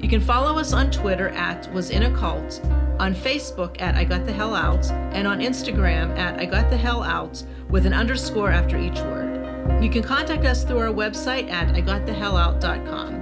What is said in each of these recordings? You can follow us on Twitter at Was In A Cult, on Facebook at I Got The Hell Out, and on Instagram at I Got The Hell Out with an underscore after each word. You can contact us through our website at IGotTheHellOut.com.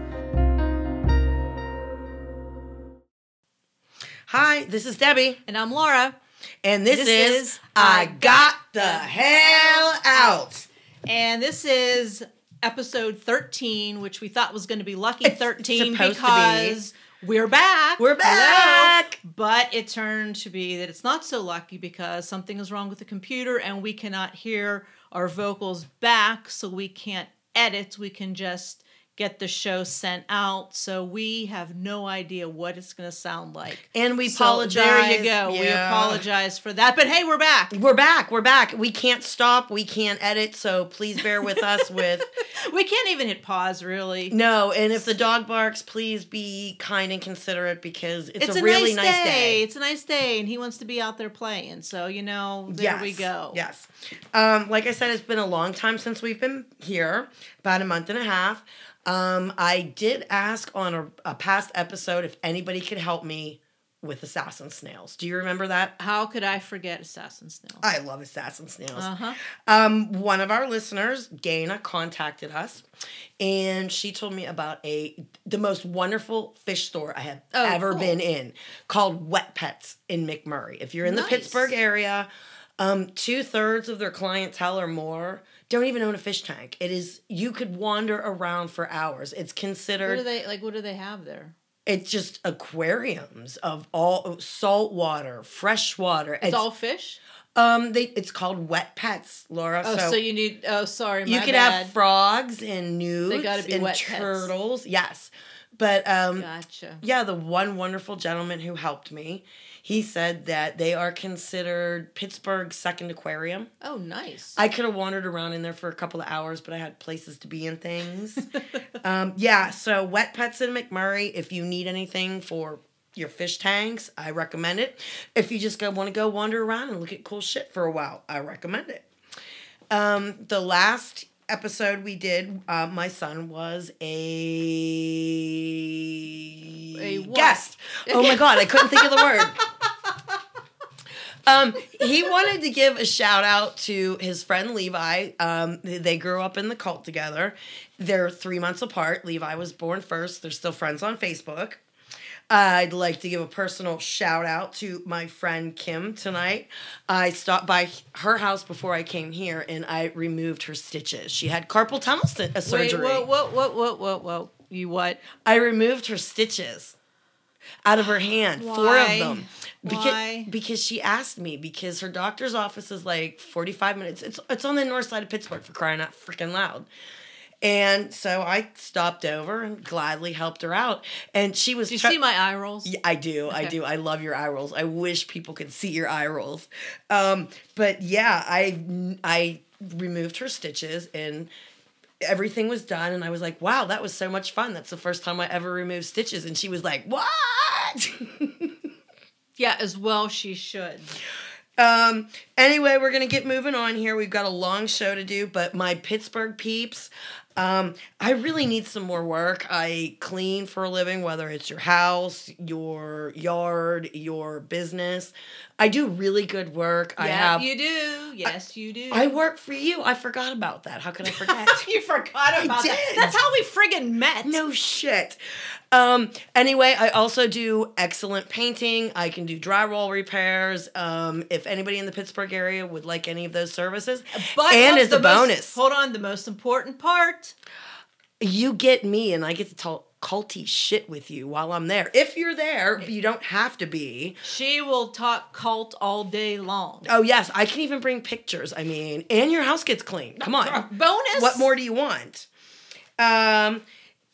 Hi, this is Debbie, And I'm Laura. and this, This is, is I Got the Hell Out. And this is episode 13, which we thought was going to be lucky 13 supposed to be. because we're back. We're back. But it turned to be that it's not so lucky because something is wrong with the computer and we cannot hear our vocals back, so we can't edit. We can just get the show sent out. So we have no idea what it's going to sound like. And we So apologize. There you go. We Yeah. apologize for that. But hey, we're back. We're back. We're back. We can't stop. We can't edit. So please bear with us with We can't even hit pause, really. no. And if the dog barks, please be kind and considerate because it's, it's, a, really nice, day. It's a nice day, and he wants to be out there playing. So you know, there we Yes, go. Yes. Um, like I said, it's been a long time since we've been here, about a month and a half. Um, I did ask on a, a past episode if anybody could help me with assassin snails. Do you remember that? How could I forget Assassin Snail? I love assassin snails. Uh huh. Um, one of our listeners, Dana, contacted us, and she told me about a the most wonderful fish store I have Oh, ever cool. been in, called Wet Pets in McMurray. If you're in Nice. the Pittsburgh area, um, two thirds of their clientele or more don't even own a fish tank. It is you could wander around for hours. It's What do considered they like? What do they have there? it's just aquariums of all salt water, fresh water. It's, all fish. um they it's called Wet Pets, Laura. Oh, so, you need. Oh, sorry, my You could bad. have frogs and newts gotta be and wet pets. turtles. Yes. But um Gotcha. yeah, the one wonderful gentleman who helped me, he said that they are considered Pittsburgh's second aquarium. Oh, nice. I could have wandered around in there for a couple of hours, but I had places to be and things. um, yeah, so Wet Pets in McMurray, if you need anything for your fish tanks, I recommend it. If you just want to go wander around and look at cool shit for a while, I recommend it. Um, the last episode we did, uh, my son was a, A what? guest. Oh my God, I couldn't think of the word. Um, he wanted to give a shout out to his friend Levi. Um, th- they grew up in the cult together. They're three months apart. Levi was born first. They're still friends on Facebook. I'd like to give a personal shout out to my friend Kim tonight. I stopped by her house before I came here and I removed her stitches. She had carpal tunnel st- uh, Wait, surgery. whoa, whoa, whoa, whoa, whoa, whoa. You what? I removed her stitches out of her hand, four Why? of them. Because, Why? because she asked me because her doctor's office is like 45 minutes. It's it's on the north side of Pittsburgh for crying out freaking loud. And so I stopped over and gladly helped her out. And she was Do you try- see my eye rolls? yeah, I do. I Okay. do. I love your eye rolls. I wish people could see your eye rolls. Um, but yeah, I I removed her stitches and everything was done and I was like, "Wow, that was so much fun. That's the first time I ever removed stitches." And she was like, "What?" Yeah, as well she should. um anyway, we're going to get moving on here. We've got a long show to do, but my Pittsburgh peeps, um I really need some more work. I clean for a living, whether it's your house, your yard, your business. I do really good work. I yeah, have you do. Yes, you do. I work for you. I forgot about that. How could I forget? you forgot about that. did. That's how we friggin' met. no shit. Um, anyway, I also do excellent painting. I can do drywall repairs. Um, if anybody in the Pittsburgh area would like any of those services, But and of as a the most- bonus, hold on, the most important part. you get me and I get to tell culty shit with you while I'm there. If you're there, you don't have to be. She will talk cult all day long. Oh yes, I can even bring pictures. I mean, and your house gets clean. Come on. Bonus. Uh, What more do you want? Um.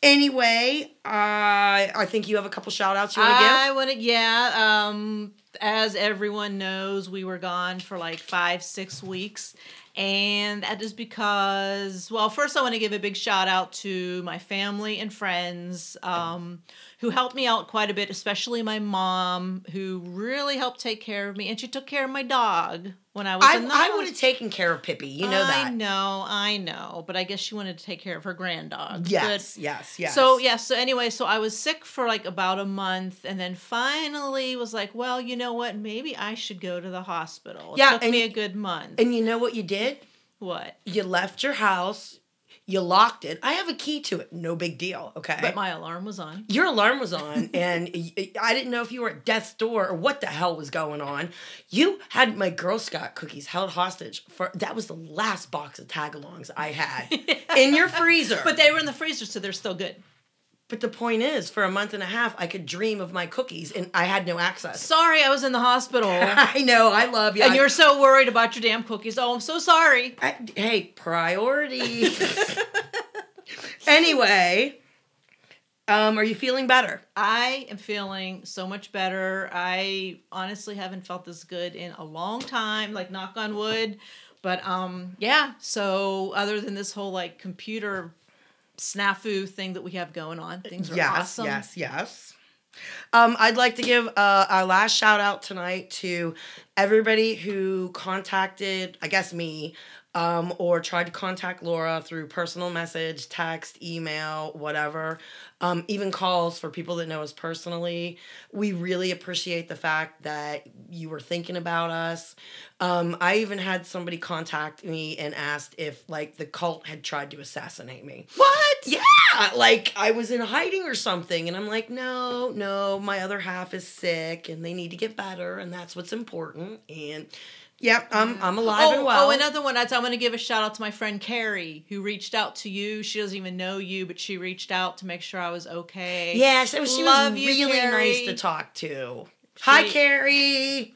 Anyway, I I think you have a couple shout outs you want to I want to. Yeah. Um. as everyone knows, we were gone for like five, six weeks. And that is because, well, first I want to give a big shout out to my family and friends um, who helped me out quite a bit, especially my mom, who really helped take care of me. And she took care of my dog when I was I, in the I hospital. would have taken care of Pippi. You know I that. know, I know. But I guess she wanted to take care of her grand dog. Yes, yes, yes. So yeah, so anyway, so I was sick for like about a month and then finally was like, well, you know what? Maybe I should go to the hospital. It Yeah, took and- me a good month. And you know what you did? what? You left your house. You locked it. I have a key to it. No big deal. Okay. But my alarm was on. your alarm was on and y- i didn't know if you were at death's door or what the hell was going on you had my girl scout cookies held hostage for that was the last box of tagalongs i had in your freezer But they were in the freezer, so they're still good. but the point is for a month and a half i could dream of my cookies and i had no access Sorry, I was in the hospital. and i know i love you I- you're so worried about your damn cookies. Oh, I'm so sorry. I- hey priority anyway um are you feeling better I am feeling so much better. I honestly haven't felt this good in a long time, like knock on wood. But um yeah, so other than this whole like computer snafu thing that we have going on, things are yes, awesome. Yes, yes, Um, I'd like to give uh, our last shout out tonight to everybody who contacted, I guess me, um, or tried to contact Laura through personal message, text, email, whatever, um, even calls for people that know us personally. We really appreciate the fact that you were thinking about us. Um, I even had somebody contact me and asked if, like, the cult had tried to assassinate me What? yeah, like I was in hiding or something. And I'm like, no, no, my other half is sick and they need to get better. And that's what's important. And yep, I'm, I'm alive oh, and well. oh, another one. I, I want to give a shout out to my friend Carrie, who reached out to you. She doesn't even know you, but she reached out to make sure I was okay. yeah, so she Love was you, really Carrie. nice to talk to. Hi, She- Carrie.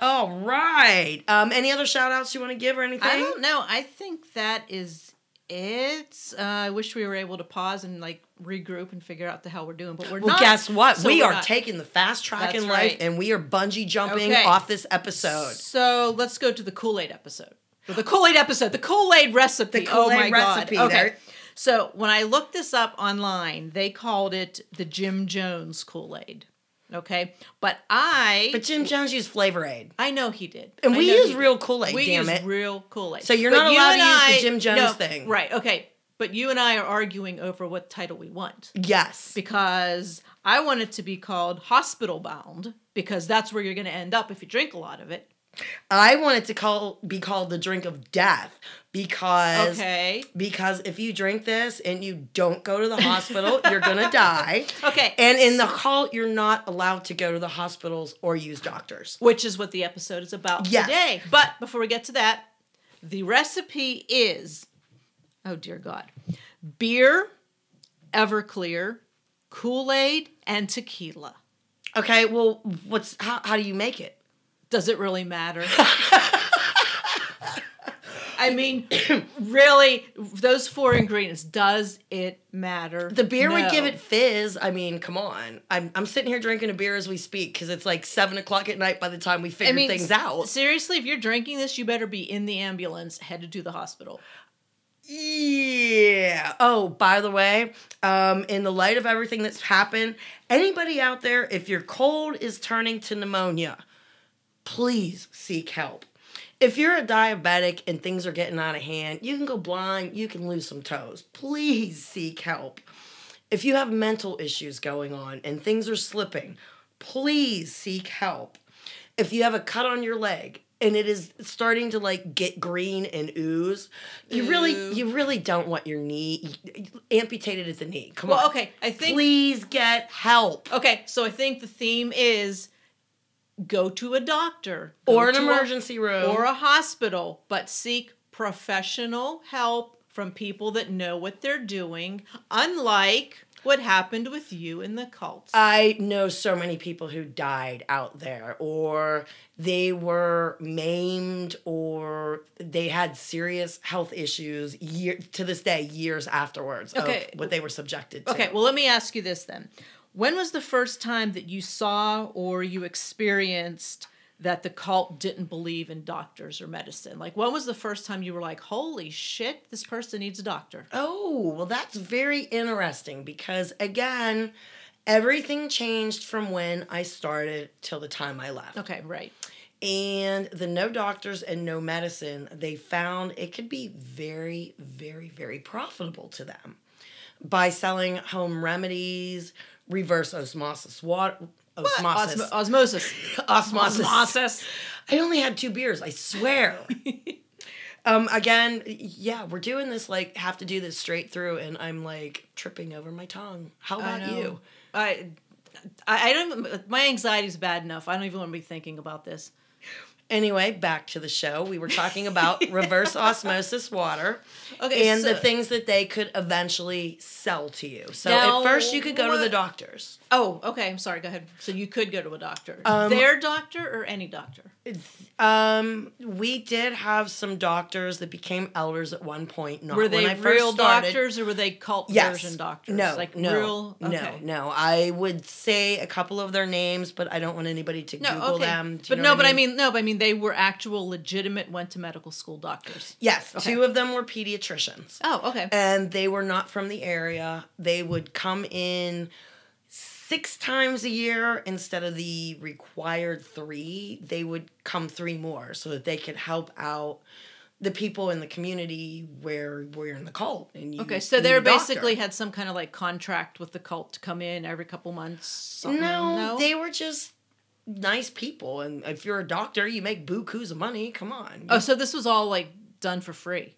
All right. Um, any other shout outs you want to give or anything? I don't know. I think that is it. Uh, I wish we were able to pause and like regroup and figure out the hell we're doing, but we're Well, not. guess what? so we we're are not. taking the fast track That's in life right. and we are bungee jumping Okay. off this episode. So let's go to the Kool Aid episode. Or the Kool Aid episode. The Kool Aid recipe. The oh my Kool-Aid recipe, god. Okay. there- So when I looked this up online, they called it the Jim Jones Kool Aid. Okay, but I But Jim Jones used Flavor Aid. I know he did, And I we know use he real Kool-Aid, We damn use it. real Kool Aid. So you're not allowed to use the Jim Jones thing. right? Okay, but you and I are arguing over what title we want Yes. because I want it to be called Hospital Bound because that's where you're going to end up if you drink a lot of it. I want it to call be called the drink of death because Okay. because if you drink this and you don't go to the hospital, you're gonna die. Okay. And in the cult, you're not allowed to go to the hospitals or use doctors. which is what the episode is about Yes. today. But before we get to that, the recipe is oh dear God, beer, Everclear, Kool Aid, and tequila. Okay, well, what's how, how do you make it? Does it really matter? I mean, really, those four ingredients, does it matter? The beer would No. give it fizz. I mean, come on. I'm, I'm sitting here drinking a beer as we speak because it's like seven o'clock at night by the time we figure things out. Seriously, if you're drinking this, you better be in the ambulance headed to the hospital. Yeah. Oh, by the way, um, in the light of everything that's happened, anybody out there, if your cold is turning to pneumonia, please seek help. If you're a diabetic and things are getting out of hand, you can go blind, you can lose some toes. Please seek help. If you have mental issues going on and things are slipping, please seek help. If you have a cut on your leg and it is starting to like get green and ooze, you really you really don't want your knee amputated at the knee. Come Well, on. okay, I think Please get help. Okay, so I think the theme is go to a doctor go Or an to a- emergency room. or a hospital, but seek professional help from people that know what they're doing, unlike what happened with you in the cult. I know so many people who died out there, or they were maimed, or they had serious health issues year, to this day, years afterwards Okay. of what they were subjected to. okay, well, let me ask you this then. When was the first time that you saw or you experienced that the cult didn't believe in doctors or medicine? Like, when was the first time you were like, holy shit, this person needs a doctor? Oh, well, that's very interesting because, again, everything changed from when I started till the time I left. Okay, right. And the no doctors and no medicine, they found it could be very, very, very profitable to them by selling home remedies, reverse osmosis water. Osmosis. Osmo- osmosis. Osmosis. Osmosis. I only had two beers, I swear. um, again, yeah, we're doing this like have to do this straight through, and I'm like tripping over my tongue. How I about know. you? I, I I don't. My anxiety is bad enough. I don't even want to be thinking about this. Anyway, back to the show. We were talking about reverse osmosis water Okay, and the so- things that they could eventually sell to you. So Now, at first, you could go to the what- doctors. Oh, okay. I'm sorry. Go ahead. So you could go to a doctor, Um, their doctor or any doctor. Um, we did have some doctors that became elders at one point. Not Were they when I first real started. doctors or were they cult Yes. version doctors? No, like no, real. no, okay. no. I would say a couple of their names, but I don't want anybody to No, Google okay. them. Do you but know no, what but I mean, no, but I mean, they were actual, legitimate, went to medical school doctors. yes, Okay. two of them were pediatricians, Oh, okay. and they were not from the area. They would come in six times a year instead of the required three. They would come three more so that they could help out the people in the community where we're in the cult. And you Okay, so need they a doctor. basically had some kind of like contract with the cult to come in every couple months. something. No, no, they were just nice people. And if you're a doctor, you make bukus of money. Come on. Oh, so this was all like done for free.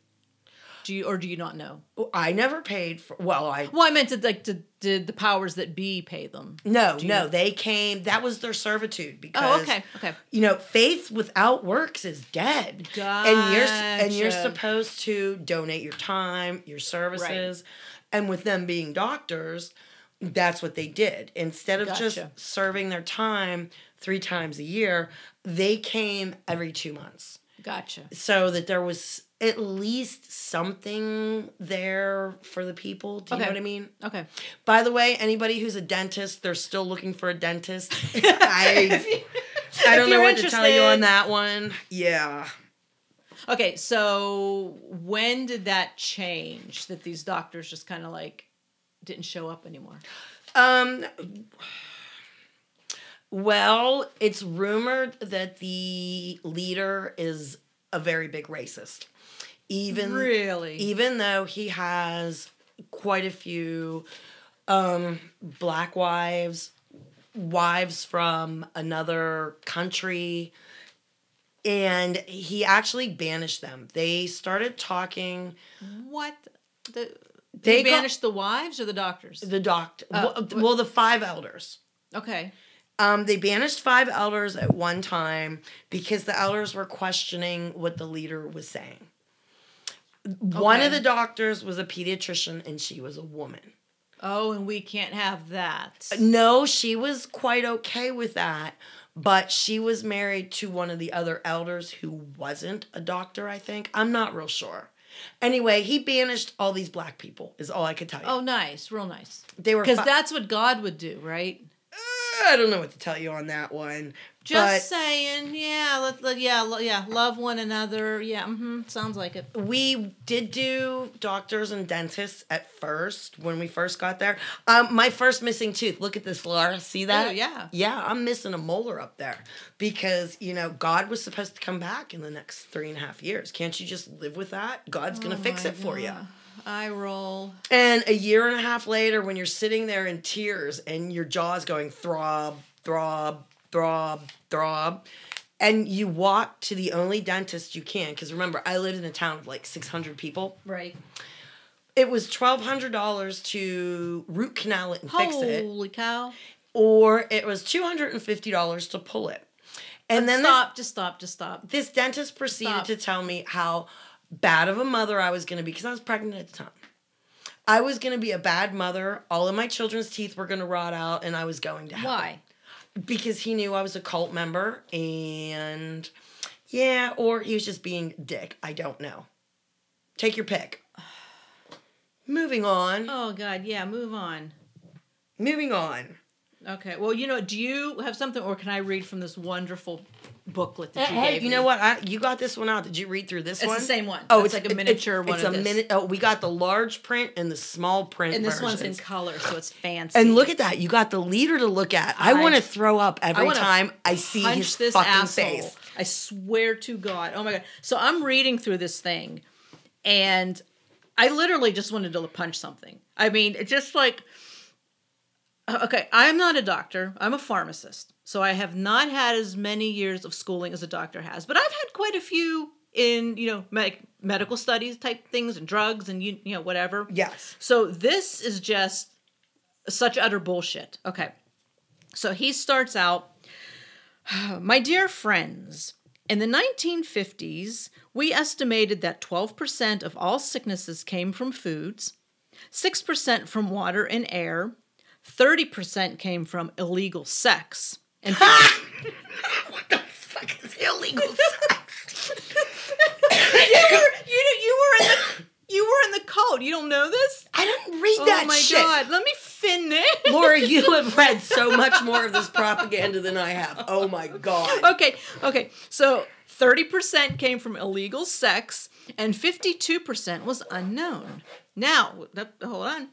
Do you or do you not know? I never paid for. Well, I Well, I meant to like to, did the powers that be pay them? no, you- no. They came. That was their servitude because. Oh, okay, okay. You know, faith without works is dead. And you're and you're Gotcha. supposed to donate your time, your services, and with them being doctors, that's what they did. Instead of just Gotcha. serving their time three times a year, they came every two months. Gotcha. so that there was at least something there for the people. Do you Okay. know what I mean? Okay. By the way, anybody who's a dentist, they're still looking for a dentist. I, I if don't know you're what to tell you interested. on that one. Yeah. Okay, so when did that change? That these doctors just kind of like didn't show up anymore. Um. Well, it's rumored that the leader is a very big racist. Even Mm, really? even though he has quite a few um, black wives, wives from another country, and he actually banished them. They started talking. what the? They They got- banished the wives or the doctors? The doctor, Uh, well, the five elders. Okay. Um, they banished five elders at one time because the elders were questioning what the leader was saying. One of Okay. the doctors was a pediatrician and she was a woman. Oh, and we can't have that. No, she was quite okay with that, but she was married to one of the other elders who wasn't a doctor, I think. I'm not real sure. Anyway, he banished all these black people, is all I could tell you. Oh, nice, real nice. they were Because fi- that's what God would do, right? I don't know what to tell you on that one. Just saying, yeah, let, let, yeah, lo- yeah, love one another. Yeah, hmm sounds like it. but we did do doctors and dentists at first when we first got there. Um, my first missing tooth. Look at this, Laura. See that? Ooh, Oh, yeah. Yeah, I'm missing a molar up there because, you know, God was supposed to come back in the next three and a half years. Can't you just live with that? God's going to fix Oh my it for you. God. I roll. And a year and a half later, when you're sitting there in tears and your jaw's going throb, throb, throb, throb, and you walk to the only dentist you can, because remember, I lived in a town of like 600 people. Right. It was $1,200 to root canal it and fix it, Holy cow. or it was $250 to pull it. And then this- stop, just stop, just stop. this dentist proceeded Stop. to tell me how bad of a mother I was going to be because I was pregnant at the time. I was going to be a bad mother. All of my children's teeth were going to rot out, and I was going to hell. Why? Because he knew I was a cult member, and yeah, or he was just being a dick. I don't know. Take your pick. Moving on. Uh. Oh, God, yeah, move on. Moving on. Okay. Well, you know, do you have something, or can I read from this wonderful booklet that you Eh, Hey, gave you me? know what? I, you got this one out. Did you read through this It's one? the same one. Oh, It's like a miniature it's, one It's of a this. mini. Oh, we got the large print and the small print. And this one's in versions. color, so it's fancy. And look at that. You got the leader to look at. I, I- want to throw up every wanna time I see punch his this fucking asshole. face. I swear to God. Oh my God. So I'm reading through this thing, and I literally just wanted to punch something. I mean, it just like, uh, okay, I'm not a doctor. I'm a pharmacist, so I have not had as many years of schooling as a doctor has, but I've had quite a few in you know med- medical studies type things and drugs and you you know whatever. Yes. So this is just such utter bullshit. Okay. So he starts out My dear friends, in the 1950s, we estimated that 12% of all sicknesses came from foods, 6% from water and air, 30% came from illegal sex, and What the fuck is illegal? you were you, you were in the you were in the cult. You don't know this? I didn't read Oh that my shit. god, let me finish. Laura, you have read so much more of this propaganda than I have. Oh my god. okay, okay. So 30% came from illegal sex and 52% was unknown. Now, th- hold on.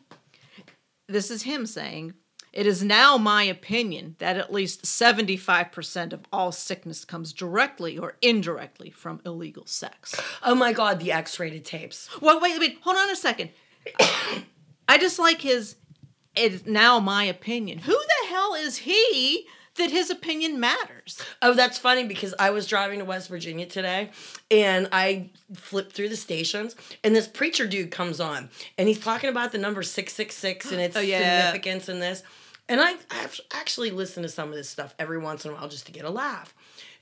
This is him saying, it is now my opinion that at least 75% of all sickness comes directly or indirectly from illegal sex. Oh my god, the X-rated tapes. Well, wait, wait, hold on a second. I just like his. It's now my opinion. Who the hell is he that his opinion matters? Oh, that's funny because I was driving to West Virginia today and I flipped through the stations and this preacher dude comes on and he's talking about the number 666 and its Oh, yeah. significance in this. And I I've actually listen to some of this stuff every once in a while just to get a laugh.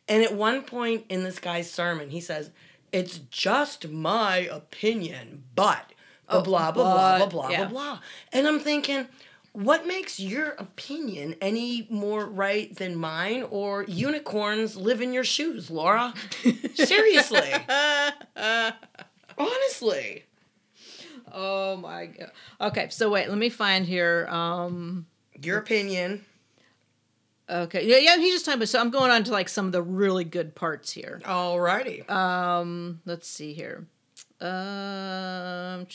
And at one point in this guy's sermon, he says, It's just my opinion, but Oh, blah, blah, blah, blah, blah, but, blah, Uh, yeah. blah, blah. And I'm thinking, what makes your opinion any more right than mine or unicorns live in your shoes, Laura? Seriously. Honestly. Oh my god. Okay, so wait, let me find here. Um Your opinion. okay. Yeah, yeah, he's just talking about so I'm going on to like some of the really good parts here. Alrighty. Uh, Um let's see here. Um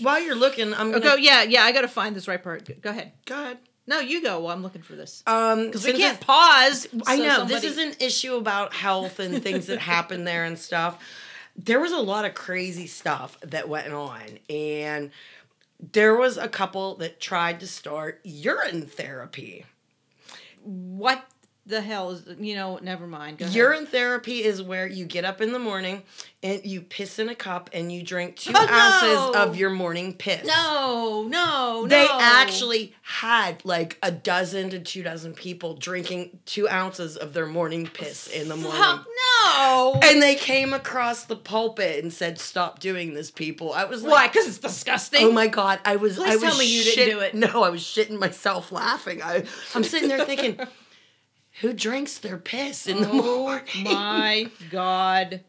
While you're looking, I'm gonna Okay, yeah, yeah, I got to find this right part. Go- Go ahead. go ahead. No, you go. Well, I'm looking for this. Um, Cuz we since can't pause. I so know somebody- this is an issue about health and things that happen there and stuff. There was a lot of crazy stuff that went on, and there was a couple that tried to start urine therapy. what the hell is you know, never mind. Go ahead. Urine therapy is where you get up in the morning and you piss in a cup and you drink two Oh, ounces no. of your morning piss. No, no, no. They actually had like a dozen to two dozen people drinking two ounces of their morning piss in the morning. Fuck, no. And they came across the pulpit and said, "Stop doing this, people." I was why? like, Cuz it's disgusting. "Oh my god!" I was. I Please was tell me you didn't shit- do it. No, I was shitting myself laughing. I, I'm sitting there thinking, "Who drinks their piss in the Oh morning?" my god.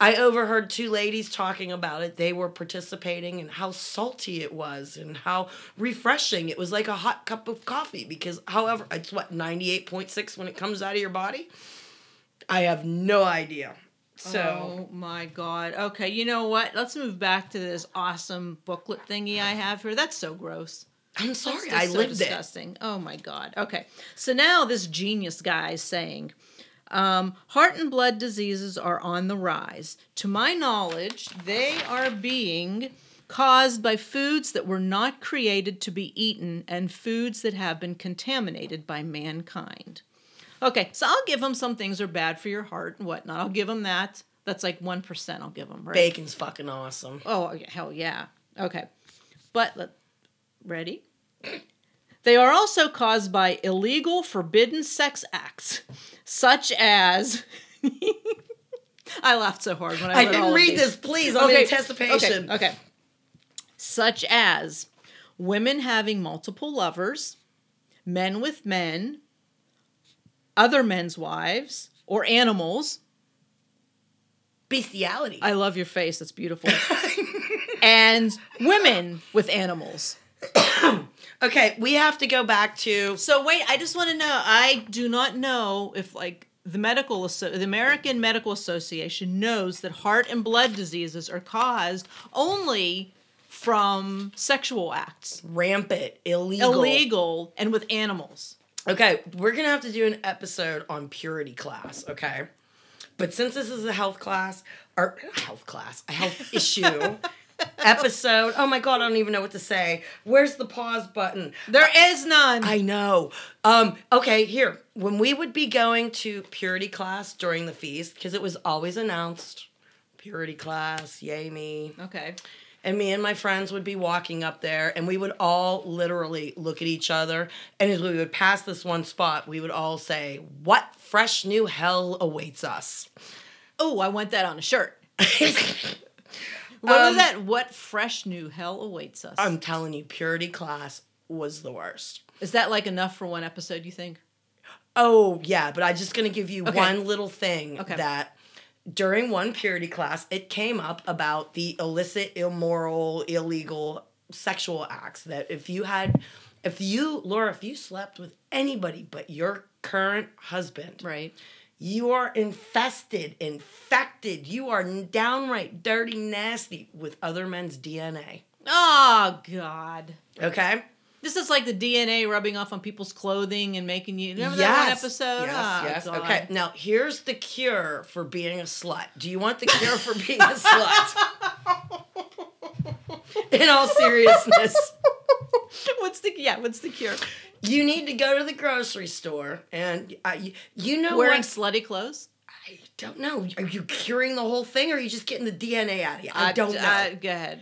I overheard two ladies talking about it. They were participating and how salty it was and how refreshing. It was like a hot cup of coffee because, however, it's what, 98.6 when it comes out of your body? I have no idea. So, oh my god. Okay, you know what? Let's move back to this awesome booklet thingy I have here. That's so gross. I'm That's sorry, just I so lived it. disgusting. Oh my god. Okay. So now this genius guy is saying um, heart and blood diseases are on the rise. To my knowledge, they are being caused by foods that were not created to be eaten and foods that have been contaminated by mankind. Okay, so I'll give them some things are bad for your heart and whatnot. I'll give them that. That's like 1% I'll give them, right? Bacon's fucking awesome. Oh, yeah, hell yeah. Okay. But, let, ready? They are also caused by illegal, forbidden sex acts, such as. I laughed so hard when I, I read all didn't of read these. this, please. I'm in Okay, anticipation. okay. Such as women having multiple lovers, men with men, other men's wives, or animals. Bestiality. I love your face. That's beautiful. and women with animals. Okay, we have to go back to So wait, I just want to know. I do not know if like the medical asso- the American Medical Association knows that heart and blood diseases are caused only from sexual acts, rampant illegal. illegal and with animals. Okay, we're gonna have to do an episode on purity class. Okay, but since this is a health class or health class, a health issue episode. Oh my god, I don't even know what to say. Where's the pause button? There is none. I know. Um, okay, here. When we would be going to purity class during the feast, because it was always announced purity class, yay me. okay. And me and my friends would be walking up there, and we would all literally look at each other. And as we would pass this one spot, we would all say, What fresh new hell awaits us? Oh, I want that on a shirt. What was that? What fresh new hell awaits us? I'm telling you, purity class was the worst. is that like enough for one episode? You think? Oh, yeah, but I'm just going to give you Okay. one little thing Okay. that during one purity class, it came up about the illicit, immoral, illegal sexual acts that if you had, if you, Laura, if you slept with anybody but your current husband, Right. you are infested, infected, you are downright dirty, nasty with other men's DNA. Oh God. Okay? This is like the DNA rubbing off on people's clothing and making you. Remember that one Yes. episode? Yes, Ah, yes. God. Okay. Now here's the cure for being a slut. Do you want the cure for being a slut? In all seriousness, what's the yeah? What's the cure? you need to go to the grocery store and uh, you, you know Wearing what? slutty clothes. I don't know. Are you curing the whole thing, or are you just getting the DNA out of you? I, don't know. I- Uh, go ahead.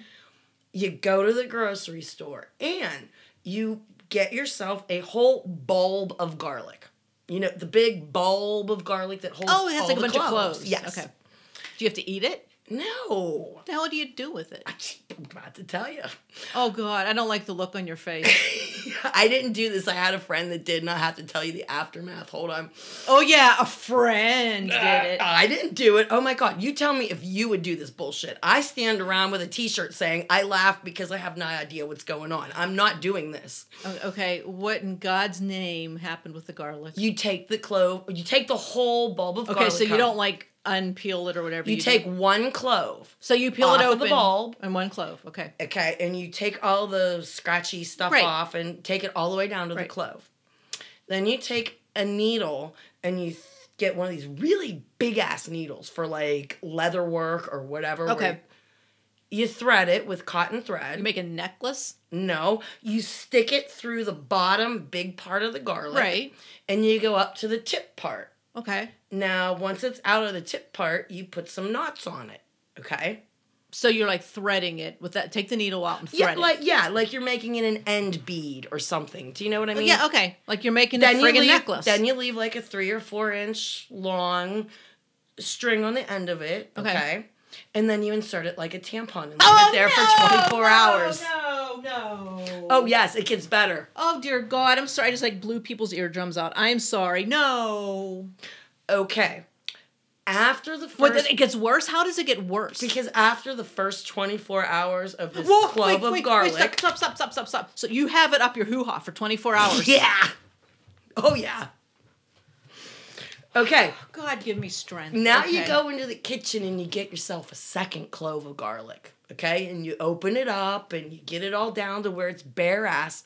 you go to the grocery store and you get yourself a whole bulb of garlic. You know the big bulb of garlic that holds. Oh, it has all like a the bunch of cloves. clothes. Yes. Okay. Do you have to eat it? No. What the hell do you do with it? I'm about to tell you. Oh God, I don't like the look on your face. I didn't do this. I had a friend that did, and I have to tell you the aftermath. Hold on. oh yeah, a friend did it. I didn't do it. Oh my God. You tell me if you would do this bullshit. I stand around with a t shirt saying, I laugh because I have no idea what's going on. I'm not doing this. O- Okay, what in God's name happened with the garlic? You take the clove, you take the whole bulb of okay, garlic. so you off. don't like unpeel it or whatever. You do. take one clove, so you peel off it of open the bulb. and one clove. Okay, okay, and you take all the scratchy stuff Right. off and take it all the way down to the Right. clove. Then you take a needle and you th- get one of these really big ass needles for like leather work or whatever. where Okay. You thread it with cotton thread. you make a necklace, no, you stick it through the bottom big part of the garlic. right? And you go up to the tip part. Okay, Now, once it's out of the tip part, you put some knots on it. Okay. so you're like threading it with that. Take the needle out and thread Yeah, it. like yeah, like you're making it an end bead or something. Do you know what I mean? yeah, okay. Like you're making Then a you friggin' leave, necklace. Then you leave like a three or four inch long string on the end of it. Okay. Okay. And then you insert it like a tampon and leave oh, it there no, for 24 no, hours. No, no. Oh yes, it gets better. Oh dear God! I'm sorry. I just like blew people's eardrums out. I'm sorry. No. Okay. After the first What? then it gets worse. How does it get worse? because after the first 24 hours of this Whoa, clove wait, of wait, garlic. Wait, stop, stop, stop, stop, stop. So you have it up your hoo ha for 24 hours. yeah. Oh yeah. Okay. God, give me strength. Now you Okay. go into the kitchen and you get yourself a second clove of garlic, okay? And you open it up and you get it all down to where it's bare ass.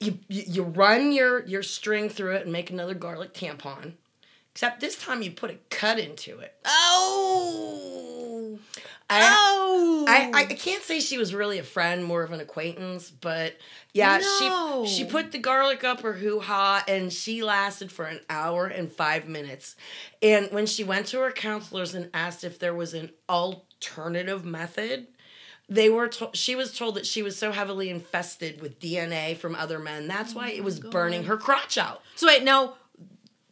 You you, you run your your string through it and make another garlic tampon. Except this time you put a cut into it. Oh. I, Oh. I, I can't say she was really a friend, more of an acquaintance, but yeah, No. she she put the garlic up her hoo ha, and she lasted for an hour and five minutes. And when she went to her counselors and asked if there was an alternative method, they were to- she was told that she was so heavily infested with DNA from other men Oh that's why it was burning her crotch out. So wait, now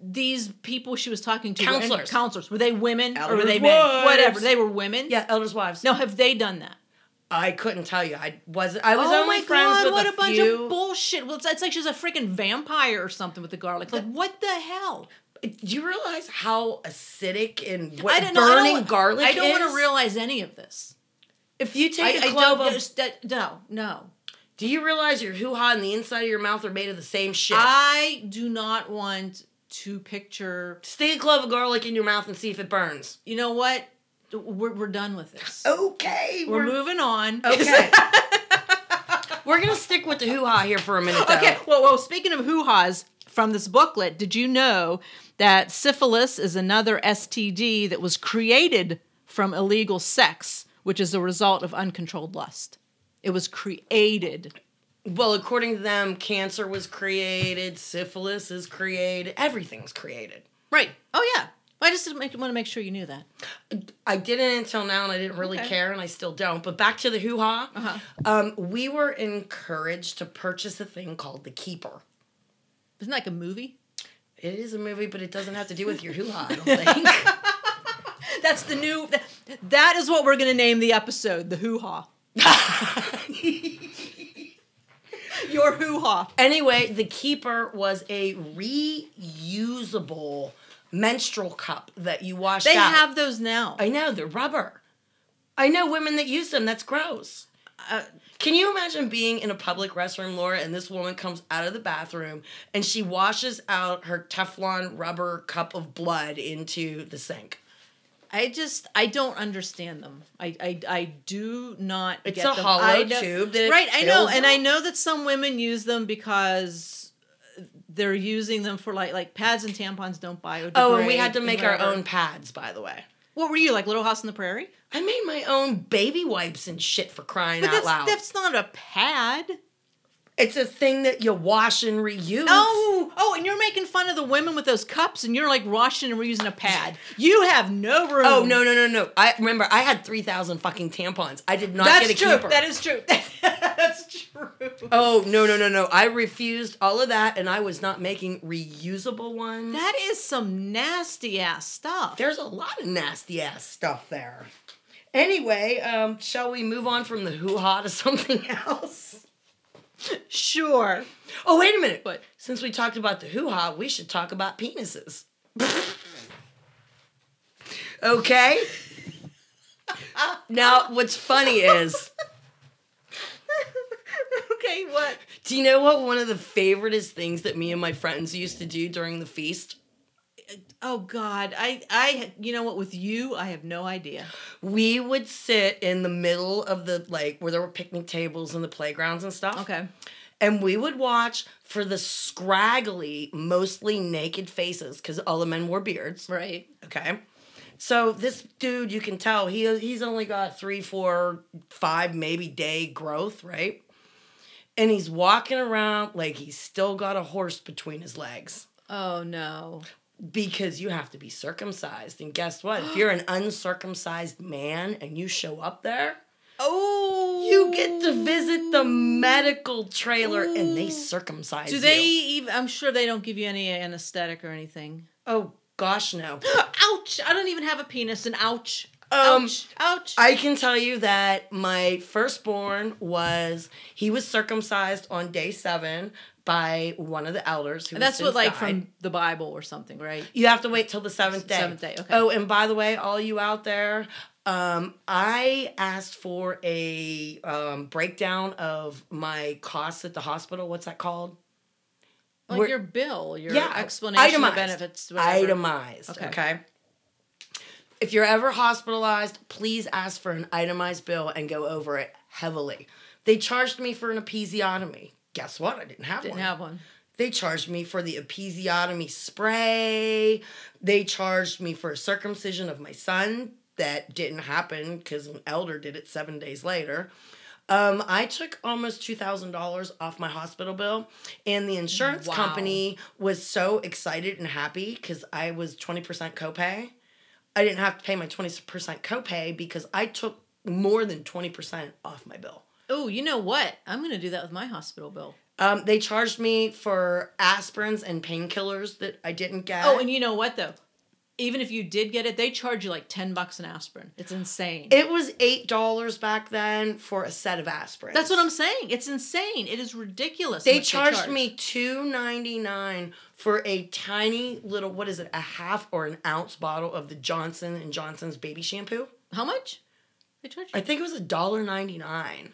these people she was talking to were- Counselors. counselors were they women or were Elders' they men? wives. Whatever, they were women. Yeah, elders' wives. Now have they done that? I couldn't tell you. I was I was only friends with Oh what a, a, bunch few. of bullshit. Well, it's, it's like she's a freaking vampire or something with the garlic. Like, what the hell? Do you realize how acidic and I what don't know. I burning don't- garlic I don't want is? to realize any of this. If you I, take a I clove don't, of that, no, no. Do you realize your hoo ha and the inside of your mouth are made of the same shit? I do not want to picture. Stick a clove of garlic in your mouth and see if it burns. You know what? We're, we're done with this. Okay. we're, We're, moving on. Okay. we're going to stick with the hoo ha here for a minute, though. okay. Well, well, speaking of hoo ha's from this booklet, did you know that syphilis is another STD that was created from illegal sex, which is the result of uncontrolled lust? It was created. Well, according to them, cancer was created, syphilis is created, everything's created. Right. Oh, yeah. I just want to make sure you knew that. I didn't until now, and I didn't really Okay. care, and I still don't. But back to the hoo ha. Uh-huh. Um, we were encouraged to purchase a thing called the Keeper. Isn't that like a movie? It is a movie, but it doesn't have to do with your hoo ha. I don't think. That's the new. That is what we're going to name the episode the hoo ha. Your hoo ha. anyway, the Keeper was a reusable menstrual cup that you washed They out. have those now. I know they're rubber. I know women that use them. That's gross. Uh, Can you imagine being in a public restroom, Laura, and this woman comes out of the bathroom and she washes out her Teflon rubber cup of blood into the sink? I just I don't understand them. I I, I do not. It's get a them. hollow I know- tube that it right? I know, fills and up. I know that some women use them because they're using them for like like pads and tampons don't biodegrade. Oh, and we had to make our whatever. own pads, by the way. What were you like, Little House on the Prairie? I made my own baby wipes and shit for crying But out that's loud. that's not a pad. It's a thing that you wash and reuse. Oh, oh, and you're making fun of the women with those cups, and you're like washing and reusing a pad. You have no room. Oh no no no no! I remember I had three thousand fucking tampons. I did not that's get a true. keeper. That is true. that's true. oh no no no no! I refused all of that, and I was not making reusable ones. That is some nasty ass stuff. There's a lot of nasty ass stuff there. Anyway, um, shall we move on from the hoo ha to something else? Sure. Oh wait a minute! What? Since we talked about the hoo ha, we should talk about penises. okay. now, what's funny is. okay, what? Do you know what one of the favoriteest things that me and my friends used to do during the feast? Oh God, I, I, you know what? With you, I have no idea. We would sit in the middle of the like where there were picnic tables and the playgrounds and stuff. Okay. And we would watch for the scraggly, mostly naked faces because all the men wore beards. Right. Okay. So this dude, you can tell he he's only got three, four, five, maybe day growth, right? And he's walking around like he's still got a horse between his legs. Oh no. because you have to be circumcised. And guess what? If you're an uncircumcised man and you show up there, Oh. you get to visit the medical trailer and they Ooh. circumcise Do they you. even? I'm sure they don't give you any anesthetic or anything. Oh gosh, no. ouch! I don't even have a penis, and ouch. Um, ouch! Ouch! I can tell you that my firstborn was he was circumcised on day 7 by one of the elders who And that's has what, since like, died. from the Bible or something, right? You have to wait till the seventh day. Seventh day, okay. Oh, and by the way, all you out there, um, I asked for a um, breakdown of my costs at the hospital. What's that called? Like We're- your bill, your Yeah, explanation itemized. of benefits, whatever. Itemized. Okay. Okay. If you're ever hospitalized, please ask for an itemized bill and go over it heavily. They charged me for an episiotomy. Guess what? I didn't have Didn't one. have one. They charged me for the episiotomy spray. They charged me for a circumcision of my son that didn't happen because an elder did it seven days later. Um, I took almost $2,000 off my hospital bill, and the insurance Wow. company was so excited and happy because I was 20% copay. I didn't have to pay my 20% copay because I took more than 20% off my bill. Oh, you know what? I'm gonna do that with my hospital bill. Um, they charged me for aspirins and painkillers that I didn't get. Oh, and you know what though? Even if you did get it, they charge you like ten bucks an aspirin. It's insane. it was eight dollars back then for a set of aspirins. That's what I'm saying. It's insane. It is ridiculous. how They much charged charge. me two ninety nine for a tiny little what is it a half or an ounce bottle of the Johnson and Johnson's baby shampoo. how much? They charge you. I think it was a dollar ninety nine,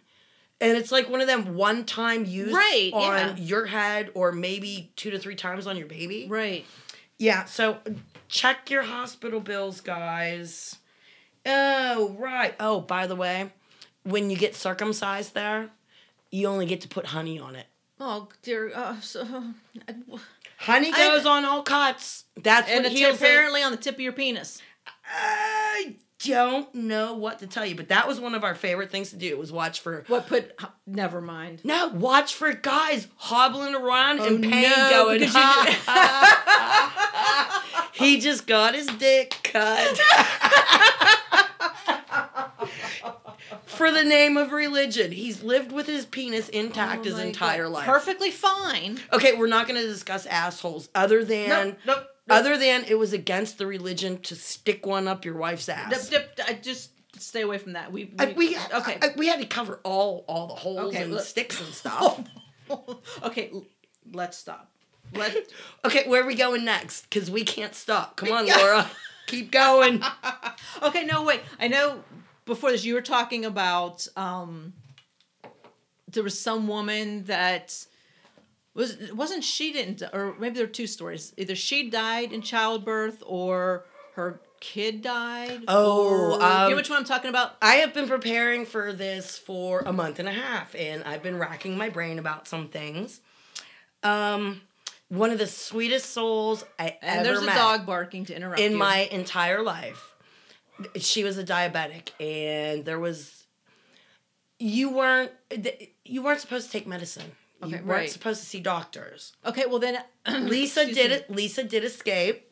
And it's like one of them one time use Right, on yeah. your head or maybe two to three times on your baby. Right. Yeah, so check your hospital bills, guys. Oh, right. Oh, by the way, when you get circumcised there, you only get to put honey on it. Oh dear. Uh, so, I- Honey I- goes on all cuts. That's and what it's heals it. apparently on the tip of your penis. I don't know what to tell you, but that was one of our favorite things to do was watch for What put? Never mind. no, watch for guys hobbling around and Oh, pain no, going. because you knew- he just got his dick cut. for the name of religion, he's lived with his penis intact his Oh my entire God. life. Perfectly fine. Okay, we're not going to discuss assholes other than nope. other than it was against the religion to stick one up your wife's ass. Dip, dip, I just stay away from that. We, we, I- we okay. okay. we had to cover all all the holes Okay, and look. sticks and stuff. okay, l- let's stop. Let okay, where are we going next? Because we can't stop. Come on, Yeah. Laura, keep going. Okay, no wait. I know before this you were talking about um there was some woman that was wasn't she didn't or maybe there were two stories. Either she died in childbirth or her kid died. Oh, or- you um, know which one I'm talking about? I have been preparing for this for a month and a half, and I've been racking my brain about some things. Um, one of the sweetest souls I And ever there's a met dog barking to interrupt in you. my entire life. She was a diabetic, and there was you weren't you weren't supposed to take medicine. Okay, you weren't right. supposed to see doctors. Okay, well then Lisa Excuse did me. it. Lisa did escape,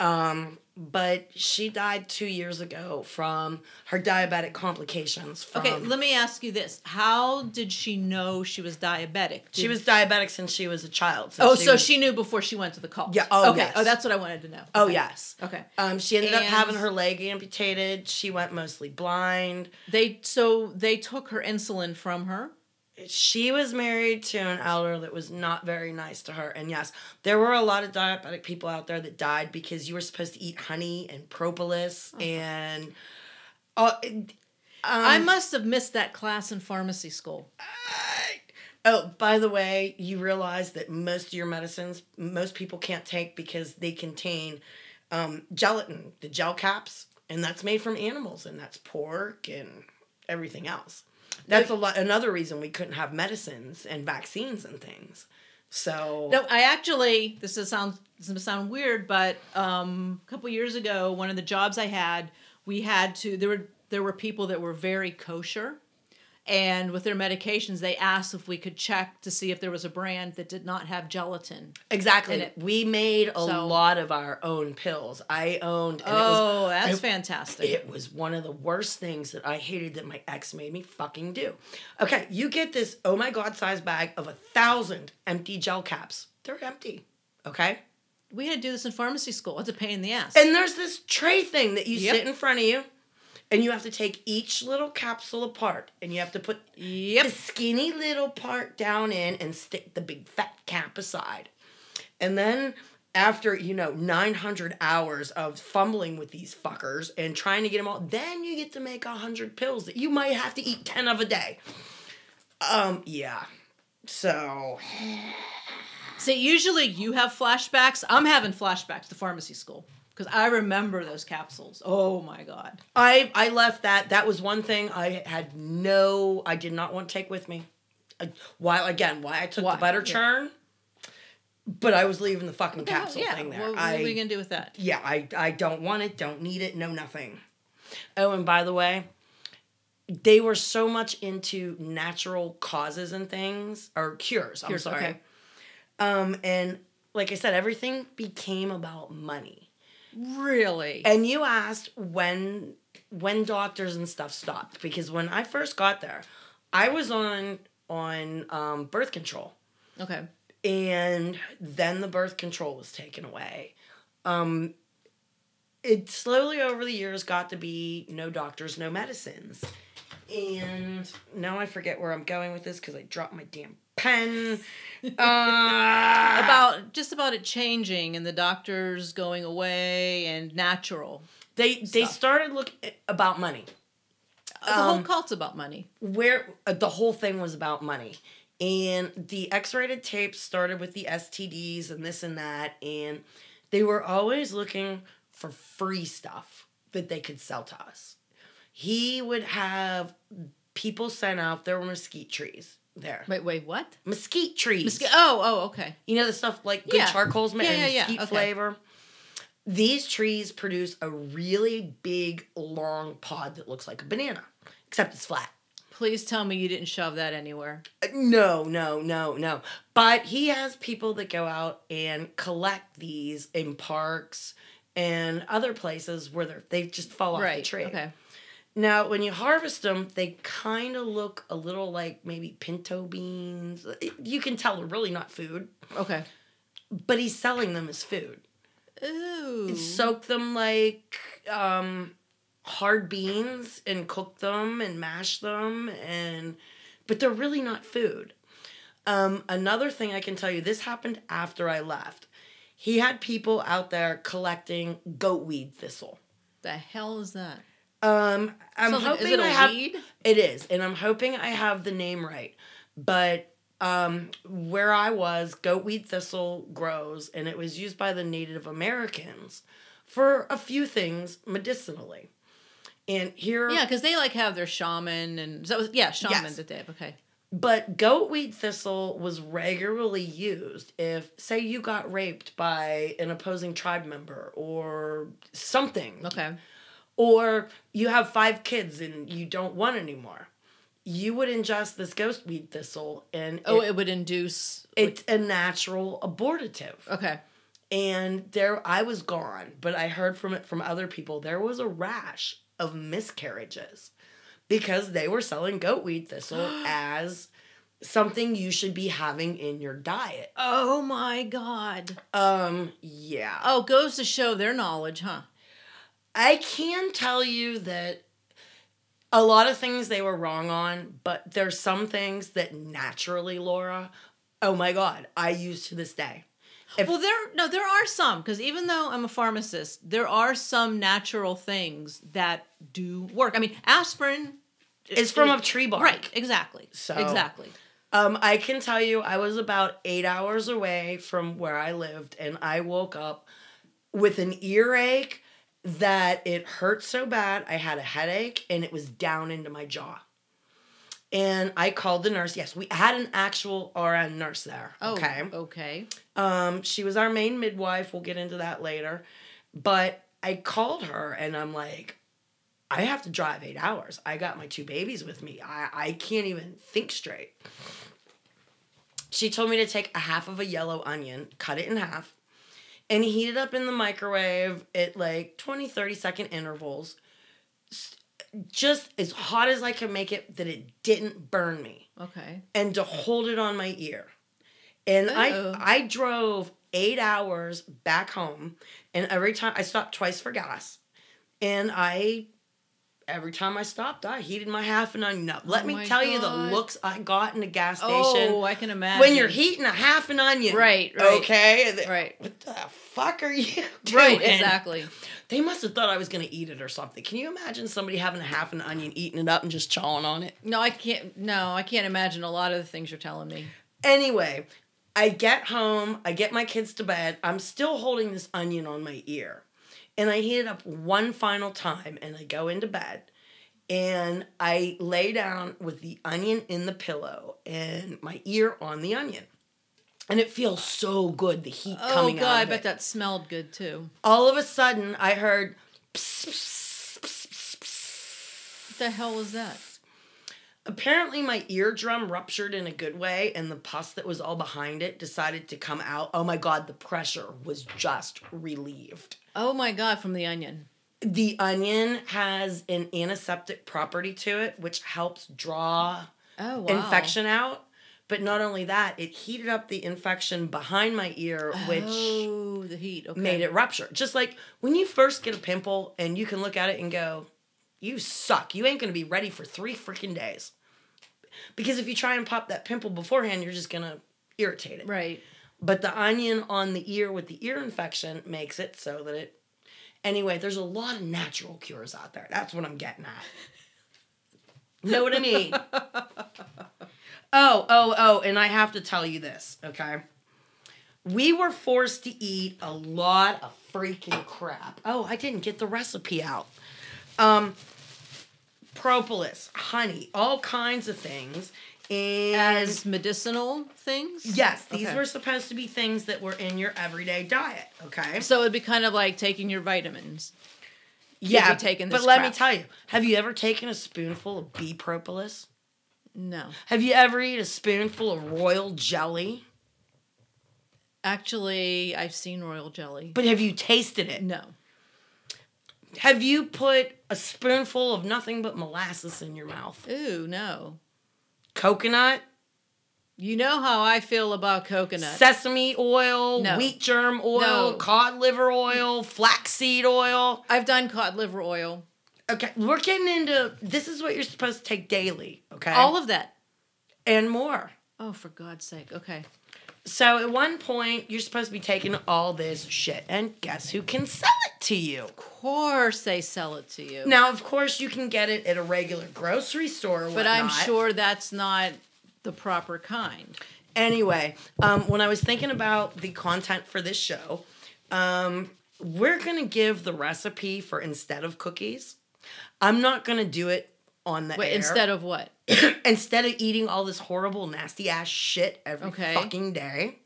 um, but she died two years ago from her diabetic complications. From, Okay, let me ask you this. How did she know she was diabetic? she Did- was diabetic since she was a child. Oh, so was- she knew before she went to the cult. Yeah, oh, okay. yes. Oh, that's what I wanted to know. Oh Okay. yes. Okay. Um, she ended up And- having her leg amputated. She went mostly blind. They so they took her insulin from her. she was married to an elder that was not very nice to her. And yes, there were a lot of diabetic people out there that died because you were supposed to eat honey and propolis and. Uh, um, I must have missed that class in pharmacy school. oh, by the way, you realize that most of your medicines, most people can't take because they contain um, gelatin, the gel caps, and that's made from animals, and that's pork and everything else. That's a lot. Another reason we couldn't have medicines and vaccines and things. So No, I actually this is sound this is gonna sound weird, but um, a couple years ago, one of the jobs I had, we had to there were there were people that were very kosher, and with their medications, they asked if we could check to see if there was a brand that did not have gelatin. Exactly. in it. We made a So- lot of our own pills. I owned and oh, that's it- fantastic. it was it was one of the worst things that I hated that my ex made me fucking do. Okay, you get this oh my god size bag of a thousand empty gel caps. They're empty. Okay? we had to do this in pharmacy school. It's a pain in the ass. And there's this tray thing that you Yep. sit in front of you and you have to take each little capsule apart and you have to put yep. the skinny little part down in and stick the big fat cap aside. And then after, you know, 900 hours of fumbling with these fuckers and trying to get them all, then you get to make 100 pills that you might have to eat 10 of a day. Um, yeah. So, See, usually you have flashbacks. I'm having flashbacks to pharmacy school because I remember those capsules. Oh my god. I I left that. That was one thing I had no I did not want to take with me. I, why again, why I took Why? the butter Yeah. churn, but I was leaving the fucking capsule yeah. thing there. What, what I, are we gonna do with that? yeah, I, I don't want it, don't need it, no nothing. Oh, and by the way, they were so much into natural causes and things, or cures, I'm Cures, sorry. okay. Um, and like I said, everything became about money. Really? And you asked when when doctors and stuff stopped because when I first got there, I was on on um, birth control Okay. and then the birth control was taken away. Um, it slowly over the years got to be no doctors, no medicines. And now I forget where I'm going with this because I dropped my damn pen. Uh, about About just about it changing and the doctors going away and natural. they they Stop. started look about money. the whole cult's about money. where uh, the whole thing was about money. And the X rated tapes started with the STDs and this and that. And they were always looking for free stuff that they could sell to us. He would have people sent out, there were mesquite trees there. Wait, wait, what? Mesquite trees. Mesca- oh, oh, okay. You know the stuff like good Yeah. charcoals ma- Yeah, and yeah, yeah. mesquite Okay. flavor. These trees produce a really big, long pod that looks like a banana, except it's flat. Please tell me you didn't shove that anywhere. No, no, no, no. But he has people that go out and collect these in parks and other places where they're, they just fall off the right. tree. Okay. Now, when you harvest them, they kind of look a little like maybe pinto beans. You can tell they're really not food, Okay. but he's selling them as food. Ooh. Mm-hmm. and soak them like um hard beans and cook them and mash them and but they're really not food um another thing i can tell you this happened after i left he had people out there collecting goat weed thistle the hell is that? um i'm Sounds like- hoping is it a i have weed? it is, and I'm hoping I have the name right. But um, where I was, goatweed thistle grows, and it was used by the Native Americans for a few things medicinally. And here, Yeah, because they like have their shaman and so yeah, shaman Yes. that they have. Okay. but goatweed thistle was regularly used if, say, you got raped by an opposing tribe member or something. Okay. or you have five kids and you don't want any more. You would ingest this ghost weed thistle, and Oh, it- it would induce. it's a natural abortive. Okay. And there, I was gone, but I heard from it from other people. There was a rash of miscarriages because they were selling goat weed thistle as something you should be having in your diet. Oh my God. Um, yeah. Oh, goes to show their knowledge, huh? I can tell you that a lot of things they were wrong on, but there's some things that naturally, Laura, oh my God, I use to this day. If- well, there no, there are some because even though I'm a pharmacist, there are some natural things that do work. I mean, aspirin It's from a tree bark. Right, exactly. So- exactly. Um, I can tell you, I was about eight hours away from where I lived, and I woke up with an earache that it hurt so bad. I had a headache, and it was down into my jaw. And I called the nurse. Yes, we had an actual RN nurse there. Oh, okay. okay. Okay. Um, she was our main midwife. We'll get into that later. But I called her and I'm like, I have to drive eight hours. I got my two babies with me. I, I can't even think straight. She told me to take a half of a yellow onion, cut it in half, and heat it up in the microwave at like 20, 30 second intervals. S- Just as hot as I could make it, that it didn't burn me Okay. and to hold it on my ear. And Uh-oh. I I drove eight hours back home, and every time I stopped twice for gas, and I every time I stopped, I heated my half an onion up. Let Oh me my tell you the God. looks I got in a gas station Oh, I can imagine when you're heating a half an onion. Right, right. Okay. Th- Right. What the fuck are you doing? Right, exactly. They must have thought I was gonna eat it or something. Can you imagine somebody having a half an onion, eating it up, and just chawing on it? No, I can't. No, I can't imagine a lot of the things you're telling me. Anyway, I get home, I get my kids to bed, I'm still holding this onion on my ear. And I heat it up one final time and I go into bed and I lay down with the onion in the pillow and my ear on the onion. And it feels so good, the heat Oh coming God, out. I Of bet it. that smelled good too. All of a sudden, I heard pss, pss, pss, pss, pss. What the hell was that? Apparently, my eardrum ruptured in a good way, and the pus that was all behind it decided to come out. Oh my God, the pressure was just relieved. Oh my God, from the onion. The onion has an antiseptic property to it, which helps draw Oh wow. infection out. But not only that, it heated up the infection behind my ear, which oh, the heat. Okay. made it rupture. Just like when you first get a pimple and you can look at it and go, you suck. You ain't gonna be ready for three freaking days. Because if you try and pop that pimple beforehand, you're just gonna irritate it. right. But the onion on the ear with the ear infection makes it so that it. Anyway, there's a lot of natural cures out there. That's what I'm getting at. Know what I mean? oh, oh, oh, and I have to tell you this, okay? We were forced to eat a lot of freaking crap. Oh, I didn't get the recipe out. Um, propolis, honey, all kinds of things. And As medicinal things? yes, these Okay. were supposed to be things that were in your everyday diet, okay? So it'd be kind of like taking your vitamins. be taking but this let crap. me tell you, have you ever taken a spoonful of bee propolis? No. Have you ever eaten a spoonful of royal jelly? Actually, I've seen royal jelly. But have you tasted it? no. Have you put a spoonful of nothing but molasses in your mouth? Ooh, no. Coconut, You know how I feel about coconut. sesame oil, No. wheat germ oil, No. cod liver oil, flaxseed oil. I've done cod liver oil. Okay, we're getting into this is what you're supposed to take daily, okay? All of that. and more. Oh, for God's sake. Okay. So at one point, you're supposed to be taking all this shit, and guess who can sell it to you? Of course they sell it to you. Now, of course, you can get it at a regular grocery store, or but I'm whatnot. sure that's not the proper kind. Anyway, um, when I was thinking about the content for this show, um, we're gonna give the recipe for instead of cookies. I'm not gonna do it on the Wait, air. instead of what? instead of eating all this horrible, nasty ass shit every Okay. fucking day,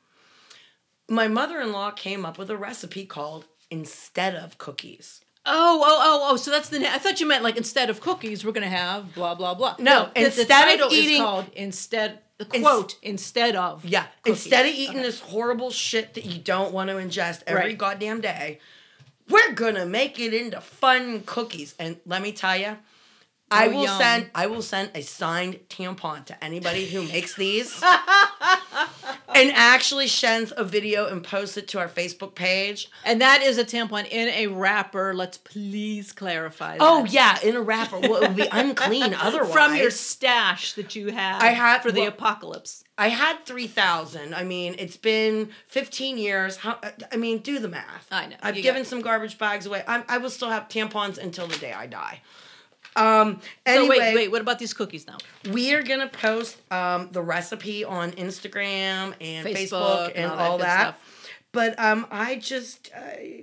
my mother-in-law came up with a recipe called instead of cookies. Oh, oh, oh, oh. So that's the. Na- I thought you meant like instead of cookies, we're gonna have blah blah blah. No, the- the instead of title is eating- called instead. The quote instead of. Yeah. cookies. Instead of eating this horrible shit that you don't want to ingest every Right. goddamn day, we're gonna make it into fun cookies. And let me tell you, I Oh, will yum. send I will send a signed tampon to anybody who makes these and actually sends a video and posts it to our Facebook page. and that is a tampon in a wrapper. Let's please clarify. That. Oh yeah, in a wrapper. Well, it would be unclean otherwise. From your stash that you have I had- for the well- apocalypse. I had 3,000. I mean, it's been 15 years. How, uh, I mean, do the math. I know. I've You given got- some garbage bags away. I'm, I will still have tampons until the day I die. Um, anyway, so wait, wait. What about these cookies now? we are going to post um, the recipe on Instagram and Facebook, Facebook and, all, good that. But um, I just, uh,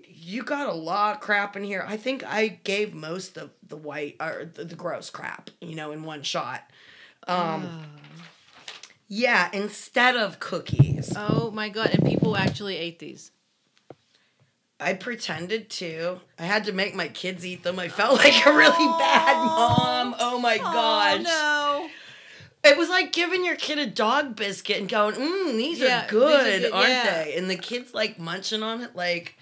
you got a lot of crap in here. I think I gave most of the white or the, the gross crap, you know, in one shot. Um, Yeah, instead of cookies. Oh my god! And people actually ate these. I pretended to. I had to make my kids eat them. I felt like a really bad mom. Oh my gosh. Oh It was like giving your kid a dog biscuit and going, mm, these Yeah, are these are good, good, aren't yeah." they? And the kid's like munching on it, like,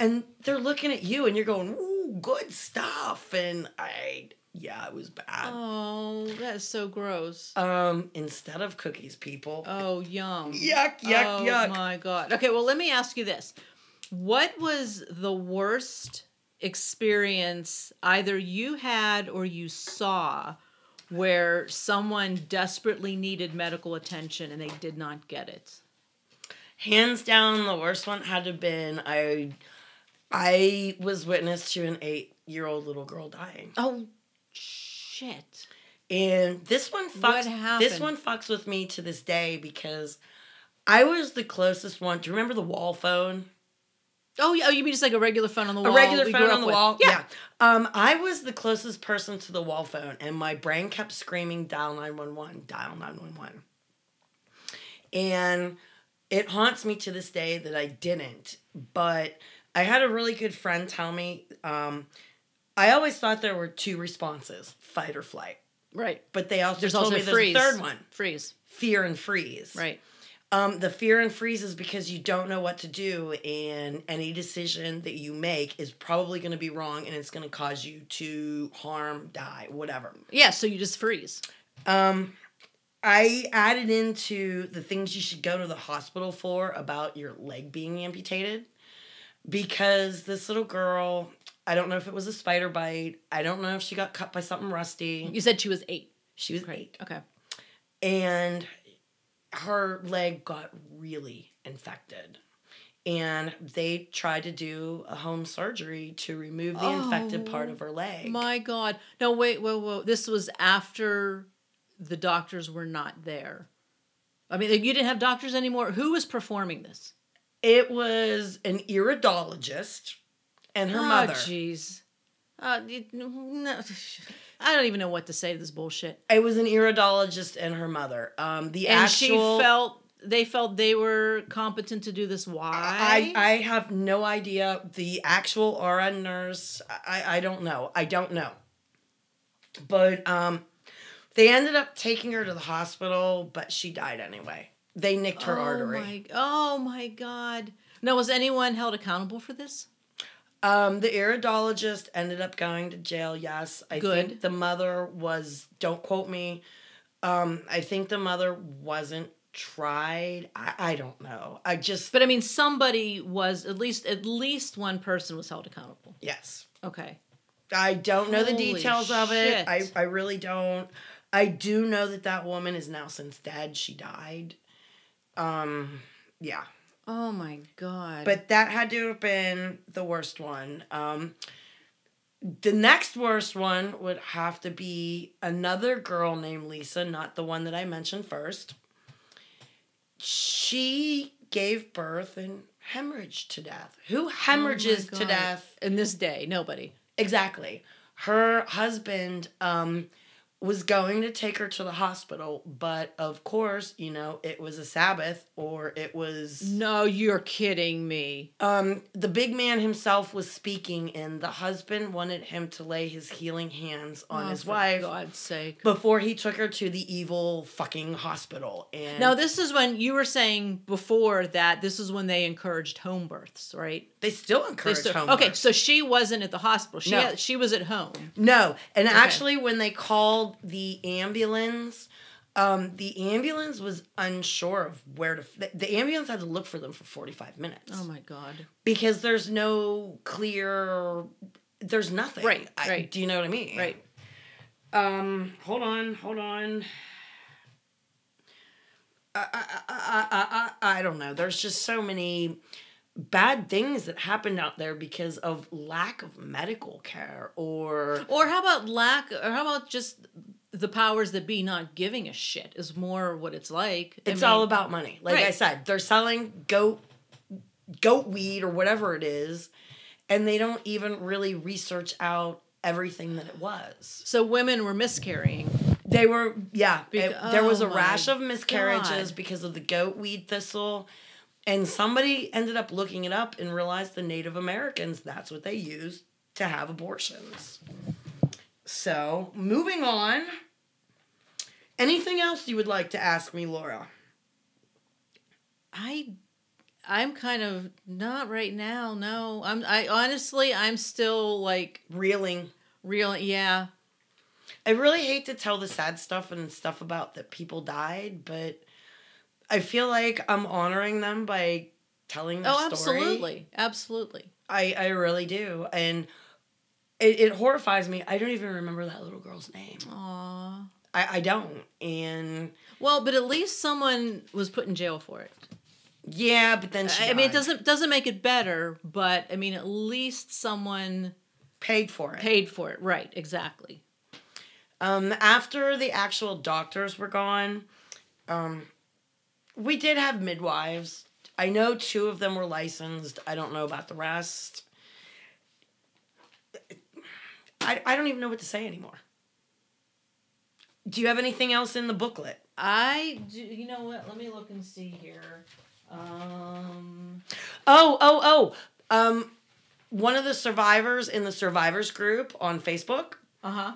and they're looking at you and you're going, ooh, good stuff. And I, yeah, it was no! bad. Oh, that's so gross. Um, instead of cookies, people. Oh, yum. yuck, yuck, oh, yuck. my god. Okay, well, let me ask you this. What was the worst experience either you had or you saw where someone desperately needed medical attention and they did not get it? hands down the worst one had to been i i was witness to an eight year old little girl dying Oh, shit. and this one fucks What this happened? one fucks with me to this day because i was the closest one do you remember the wall phone Oh, yeah. Oh, you mean just like a regular phone on the a wall? regular we phone grew up on the with? wall Yeah. um i was the closest person to the wall phone and my brain kept screaming dial 911 dial 911 and it haunts me to this day that i didn't but i had a really good friend tell me um i always thought there were two responses fight or flight Right. but they also There's told also me there's freeze. a third one Freeze. fear and freeze Right. um, the fear and freeze is because you don't know what to do, and any decision that you make is probably going to be wrong, and it's going to cause you to harm, die, whatever. Yeah, so you just freeze. Um, I added into the things you should go to the hospital for about your leg being amputated because this little girl, I don't know if it was a spider bite, I don't know if she got cut by something rusty. You said she was eight. She was Right. eight Okay. and her leg got really infected. and they tried to do a home surgery to remove the infected part of her leg. Oh My God. No, wait, whoa, whoa. This was after the doctors were not there. I mean, you didn't have doctors anymore. Who was performing this? it was an iridologist and her oh, mother. jeez. Uh, you- no, I don't even know what to say to this bullshit. It was an iridologist and her mother. Um, the And actual she felt they felt they were competent to do this. Why? I, I have no idea. The actual RN nurse, I, I don't know. I don't know. But um, they ended up taking her to the hospital, but she died anyway. They nicked her oh artery. My, oh my God. Now, was anyone held accountable for this? Um, the iridologist ended up going to jail. Yes, I Good. think the mother was. Don't quote me. Um, I think the mother wasn't tried. I, I don't know. I just But I mean, somebody was at least at least one person was held accountable. yes. Okay. I don't know the Holy details of it. shit. I I really don't. I do know that that woman is now since dead. She died. Um, yeah. Oh my god. But that had to have been the worst one. Um, the next worst one would have to be another girl named Lisa, not the one that I mentioned first. She gave birth and hemorrhaged to death. Who hemorrhages to Oh God. death? in this day, nobody. Exactly. Her husband um, was going to take her to the hospital, but of course, you know, it was a Sabbath or it was. No, you're kidding me. Um, the big man himself was speaking, and the husband wanted him to lay his healing hands on Oh, his for wife God's sake. before he took her to the evil fucking hospital. And Now this is when you were saying before that this is when they encouraged home births, right? they still They encourage still- home. okay, births. so she wasn't at the hospital. She No. had, she was at home. no, and actually, when they called the ambulance, um, the ambulance was unsure of where to. The, the ambulance had to look for them for forty five minutes Oh my god. because there's no clear. There's nothing. Right, I- right. do you know what I mean? Right. Um, hold on, hold on. I, I, I, I, I, I don't know. There's just so many bad things that happened out there because of lack of medical care or Or how about lack or how about just the powers that be not giving a shit is more what it's like. I it's mean, all about money. Like I Right. said, they're selling goat goat weed or whatever it is and they don't even really research out everything that it was. so women were miscarrying. They were, yeah. Bec- it- there was a oh my rash of miscarriages God. because of the goat weed thistle. And somebody ended up looking it up and realized the Native Americans, that's what they used to have abortions. So, moving on. Anything else you would like to ask me, Laura? I I'm kind of not right now. No. I'm I honestly I'm still like Reeling. real yeah. I really hate to tell the sad stuff and stuff about that people died, but I feel like I'm honoring them by telling their Oh, story. absolutely. Absolutely. I, I really do. And it, it horrifies me. I don't even remember that little girl's name. Aw. I, I don't. And Well, but at least someone was put in jail for it. yeah, but then she I mean, it died. doesn't doesn't make it better, but I mean, at least someone paid for it. paid for it. Right? Exactly. Um, after the actual doctors were gone, um, we did have midwives. I know two of them were licensed. I don't know about the rest. I, I don't even know what to say anymore. Do you have anything else in the booklet? I do. You know what? Let me look and see here. Um, Oh, oh, oh. Um, one of the survivors in the survivors group on Facebook. uh huh.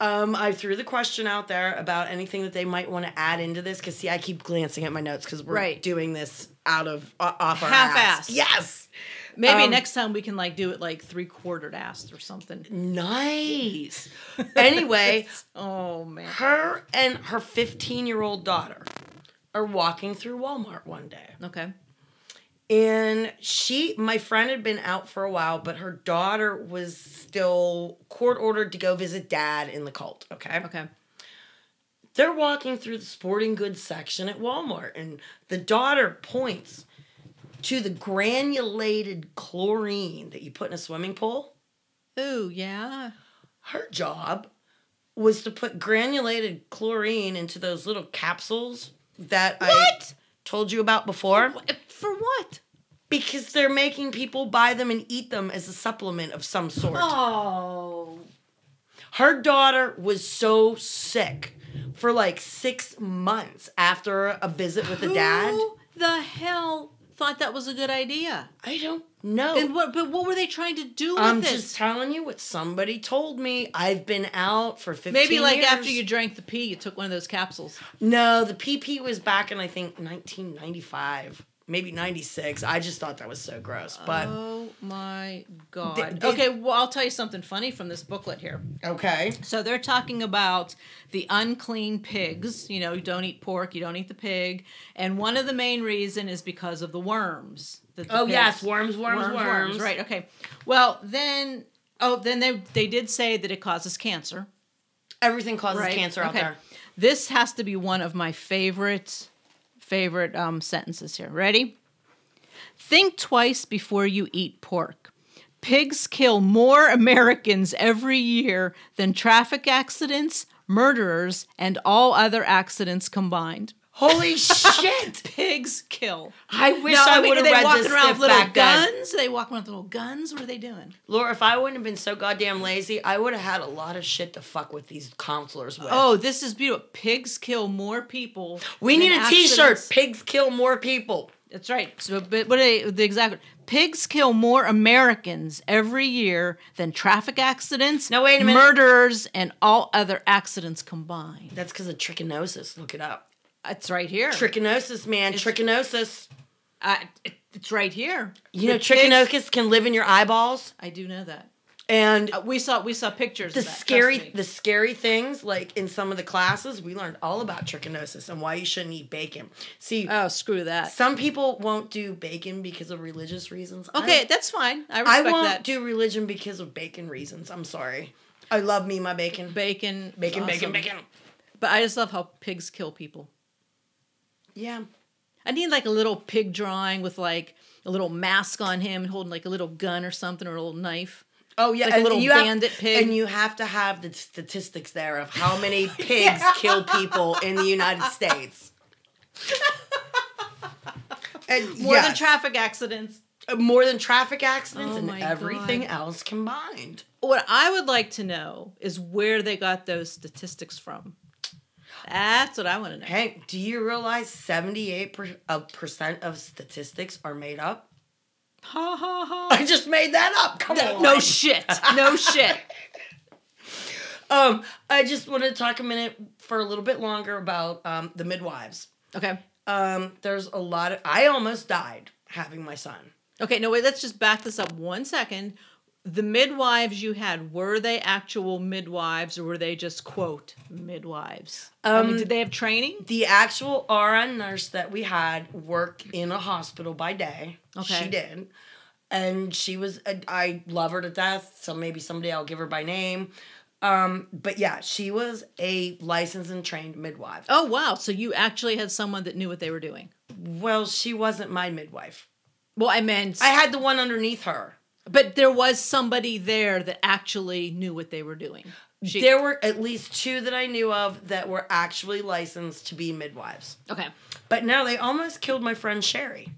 Um, I threw the question out there about anything that they might want to add into this because see, I keep glancing at my notes because we're Right. doing this out of uh, off our Half-assed. ass. Yes, Maybe Um, next time we can like do it like three quartered assed or something. nice. anyway, Oh man. her and her fifteen year old daughter are walking through Walmart one day. Okay. and she my friend had been out for a while but her daughter was still court ordered to go visit dad in the cult okay Okay. they're walking through the sporting goods section at walmart and the daughter points to the granulated chlorine that you put in a swimming pool. Ooh, yeah. Her job was to put granulated chlorine into those little capsules that I What? told you about before For what? because they're making people buy them and eat them as a supplement of some sort. Oh. Her daughter was so sick for like six months after a visit with the dad. Who the hell thought that was a good idea? I don't know. And what? But what were they trying to do with I'm this? just telling you what somebody told me. I've been out for 15 Maybe like years. after you drank the pee, you took one of those capsules. No, the PP was back in I think 1995, maybe 96. I just thought that was so gross. But oh my god. Th- th- okay, well I'll tell you something funny from this booklet here. okay. So they're talking about the unclean pigs. You know, you don't eat pork, you don't eat the pig, and one of the main reason is because of the worms. that the Oh pigs- yes, worms, worms, worms, Right. Okay. Well, then. Oh, then they they did say that it causes cancer. Everything causes Right. cancer out Okay. there. This has to be one of my favorite favorite um, sentences here. Ready? Think twice before you eat pork. Pigs kill more Americans every year than traffic accidents, murderers, and all other accidents combined. Holy shit! Pigs kill. I wish Now, I, mean, would have are they read walking this around around with little back then. guns. Are they walking around with little guns. What are they doing? Laura, if I wouldn't have been so goddamn lazy, I would have had a lot of shit to fuck with these counselors with. Oh, this is beautiful. Pigs kill more people. we than need a accidents. shirt Pigs kill more people. That's right. So, but what are they, the exact pigs kill more Americans every year than traffic accidents, Now, wait a minute. murders, and all other accidents combined. That's because of trichinosis. Look it up. It's right here. Trichinosis, man. trichinosis. I- it- it's right here. You know, The pigs- trichinosis can live in your eyeballs, I do know that. and Uh, we saw we saw pictures. the of that, trust scary me. the scary things like in some of the classes we learned all about trichinosis and why you shouldn't eat bacon see oh, screw that. some people won't do bacon because of religious reasons I- Okay, that's fine. I i, respect won't that. do religion because of bacon reasons i'm sorry i love me my bacon bacon, is bacon bacon awesome. bacon But I just love how pigs kill people. yeah I need like a little pig drawing with like a little mask on him and holding like a little gun or something or a little knife. Oh yeah, Like a little you have- bandit pig. and you have to have the statistics there of how many pigs kill people in the United States. and More than yes, traffic accidents. more than traffic accidents Oh and my everything God. else combined. What I would like to know is where they got those statistics from. That's what I want to know. Hank, do you realize seventy-eight uh, percent of statistics are made up? Ha ha ha. I just made that up. Come Th- on, No shit. No shit. Um, I just want to talk a minute for a little bit longer about um, the midwives. Okay. Um, there's a lot of. I almost died having my son. Okay, no, wait, let's just back this up one second. The midwives you had, were they actual midwives or were they just quote midwives? I mean, Um, did they have training? the actual RN nurse that we had worked in a hospital by day. Okay. She did. And she was, uh, I love her to death. So maybe someday I'll give her by name. Um, but yeah, she was a licensed and trained midwife. Oh wow, so you actually had someone that knew what they were doing. Well, she wasn't my midwife. Well, I meant I had the one underneath her. but there was somebody there that actually knew what they were doing. She, there were at least two that I knew of that were actually licensed to be midwives. okay. But now they almost killed my friend Sherry.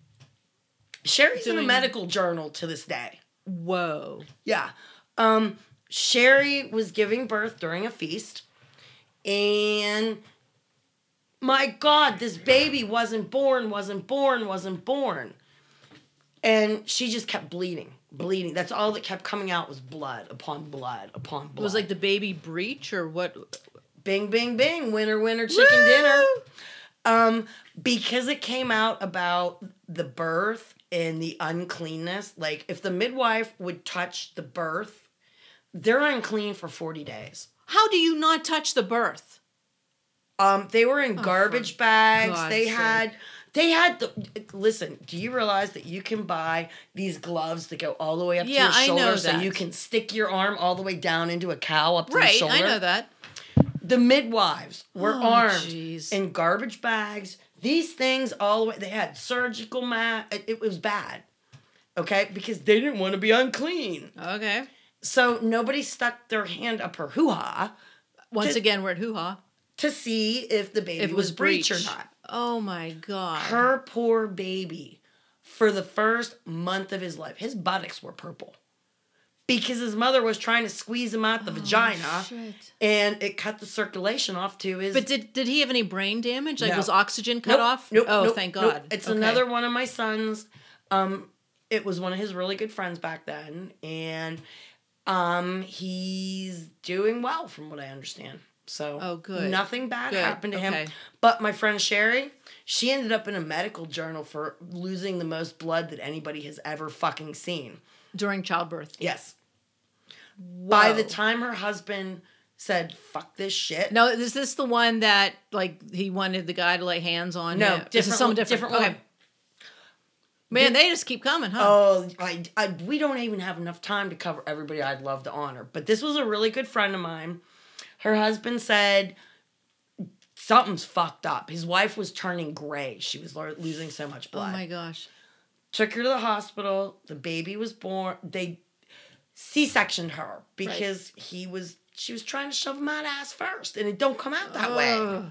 Sherry's in a Doing- medical journal to this day. Whoa. Yeah. Um, Sherry was giving birth during a feast, and my God, this baby wasn't born, wasn't born, wasn't born. And she just kept bleeding, bleeding. That's all that kept coming out was blood upon blood upon blood. It was like the baby breach or what? bing, bing, bing, winner, winner, chicken Woo! dinner. Um, because it came out about the birth and the uncleanness. Like if the midwife would touch the birth, they're unclean for 40 days. How do you not touch the birth? Um, they were in Oh, for garbage bags. God's they sake. had they had the listen, do you realize that you can buy these gloves that go all the way up Yeah, to I your shoulder know so that. you can stick your arm all the way down into a cow up to the Right, shoulder? I know that. The midwives were Oh, armed jeez. in garbage bags. These things all the way, they had surgical mat. It, it was bad. Okay, because they didn't want to be unclean. Okay. So nobody stuck their hand up her hoo ha Once Did- again, we're at hoo ha. to see if the baby If it was, was breech breach or not. Oh my god. Her poor baby, for the first month of his life, his buttocks were purple because his mother was trying to squeeze him out the vagina Oh, Shit. and it cut the circulation off to his. But did did he have any brain damage? Like No. was oxygen cut Nope, off? nope, oh, nope, thank nope. God. It's Okay. another one of my sons. Um, it was one of his really good friends back then, and um, he's doing well from what I understand. So Oh, good. nothing bad Good, happened to him. okay. But my friend Sherry, she ended up in a medical journal for losing the most blood that anybody has ever fucking seen. during childbirth. Yes. By the Whoa. time her husband said "fuck this shit," Now, is this the one that like he wanted the guy to lay hands on? No, him? this is different someone one- different. different okay. one. Man, they just keep coming, huh? Oh, I, I, we don't even have enough time to cover everybody I'd love to honor. But this was a really good friend of mine. Her husband said something's fucked up. His wife was turning gray. She was lo- losing so much oh blood. my gosh. Took her to the hospital. The baby was born. They C-sectioned her because he was. She was trying to shove him out ass first, and it don't come out that way. Ugh.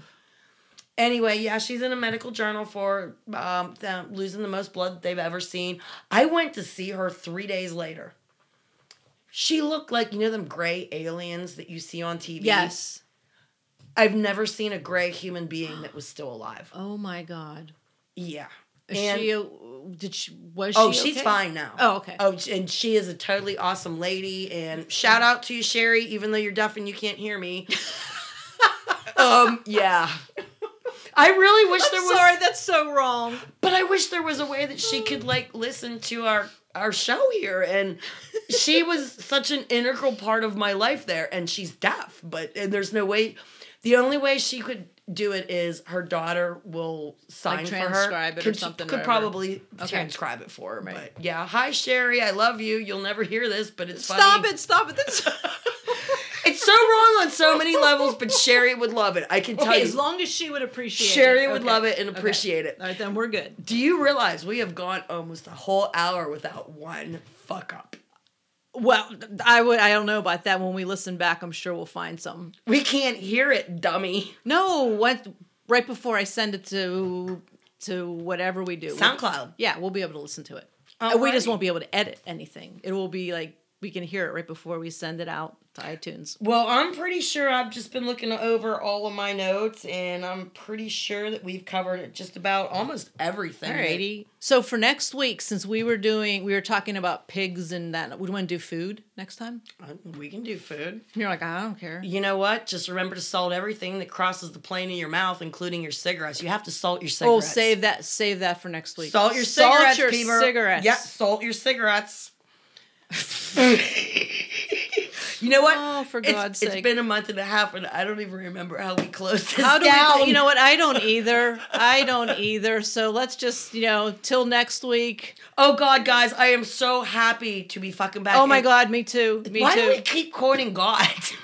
Anyway, yeah, she's in a medical journal for um, them losing the most blood they've ever seen. I went to see her three days later. She looked like you know them gray aliens that you see on TV. Yes. I've never seen a gray human being that was still alive. Oh my God. Yeah, Is And- she? uh, Did she? Was oh, she? she's okay? fine now. Oh, okay. Oh, and she is a totally awesome lady. And shout out to you, Sherry, even though you're deaf and you can't hear me. um, yeah. I really wish I'm there was. sorry, that's so wrong. But I wish there was a way that she could like listen to our our show here and she was such an integral part of my life there and she's deaf but and there's no way the only way she could do it is her daughter will sign for her transcribe it or could, something, could whatever. probably Okay. transcribe it for her Right. but yeah hi Sherry I love you you'll never hear this but it's Stop funny. it! Stop it! That's it's so wrong on so many levels but Sherry would love it I can tell okay. you As long as she would appreciate. Sherry it. would Okay. love it and Okay. appreciate it All right, then we're good. do you realize we have gone almost a whole hour without one fuck up? Well, I would. I don't know about that. When we listen back, I'm sure we'll find some. We can't hear it, dummy. No, what? Right before I send it to to whatever we do, SoundCloud. Yeah, we'll be able to listen to it. And We Alrighty. just won't be able to edit anything. It will be like we can hear it right before we send it out to iTunes. Well, I'm pretty sure I've just been looking over all of my notes, and I'm pretty sure that we've covered just about almost everything. that- Alrighty. So for next week, since we were doing, we were talking about pigs and that. Would you want to do food next time? Uh, We can do food. And you're like, I don't care. You know what? Just remember to salt everything that crosses the plane in your mouth, including your cigarettes. You have to salt your Oh, cigarettes. save that. Save that for next week. Salt your cigarettes, your people. cigarettes. Yep, salt your cigarettes. you know what? Oh, for It's- God's It's sake. been a month and a half, and I don't even remember how we closed this How do down. we? You know what? I don't either. I don't either. So let's just, you know, till next week. Oh God, guys, I am so happy to be fucking back. Oh my And God, me too. Me Why too. do we keep quoting God?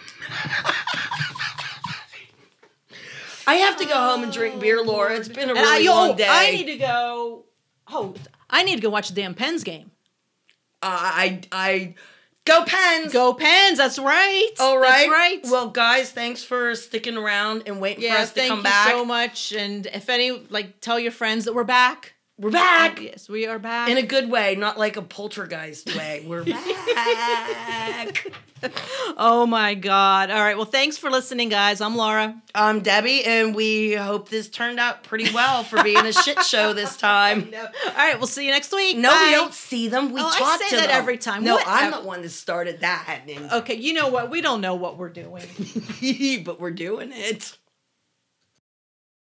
I have to go home and drink beer, Laura. It's been a Oh, And I, really yo, long day. I need to go. Oh, I need to go watch the damn Pens game. Uh, I, I, I- go Pens. Go Pens. That's right. All right. That's right. Well, guys, thanks for sticking around and waiting yeah, for us to thank come you back. so much. And if any, like, tell your friends that we're back. We're back Yes, we are back. in a good way, not like a poltergeist way. We're back. oh my God. All right. Well, thanks for listening, guys. I'm Laura. I'm Um, Debbie, and we hope this turned out pretty well for being a shit show this time. All right. We'll see you next week. No, Bye. we don't see them. We Oh, I talk say to that them. every time. No, What I'm ev- the one that started that, Okay. You know what? We don't know what we're doing. but we're doing it.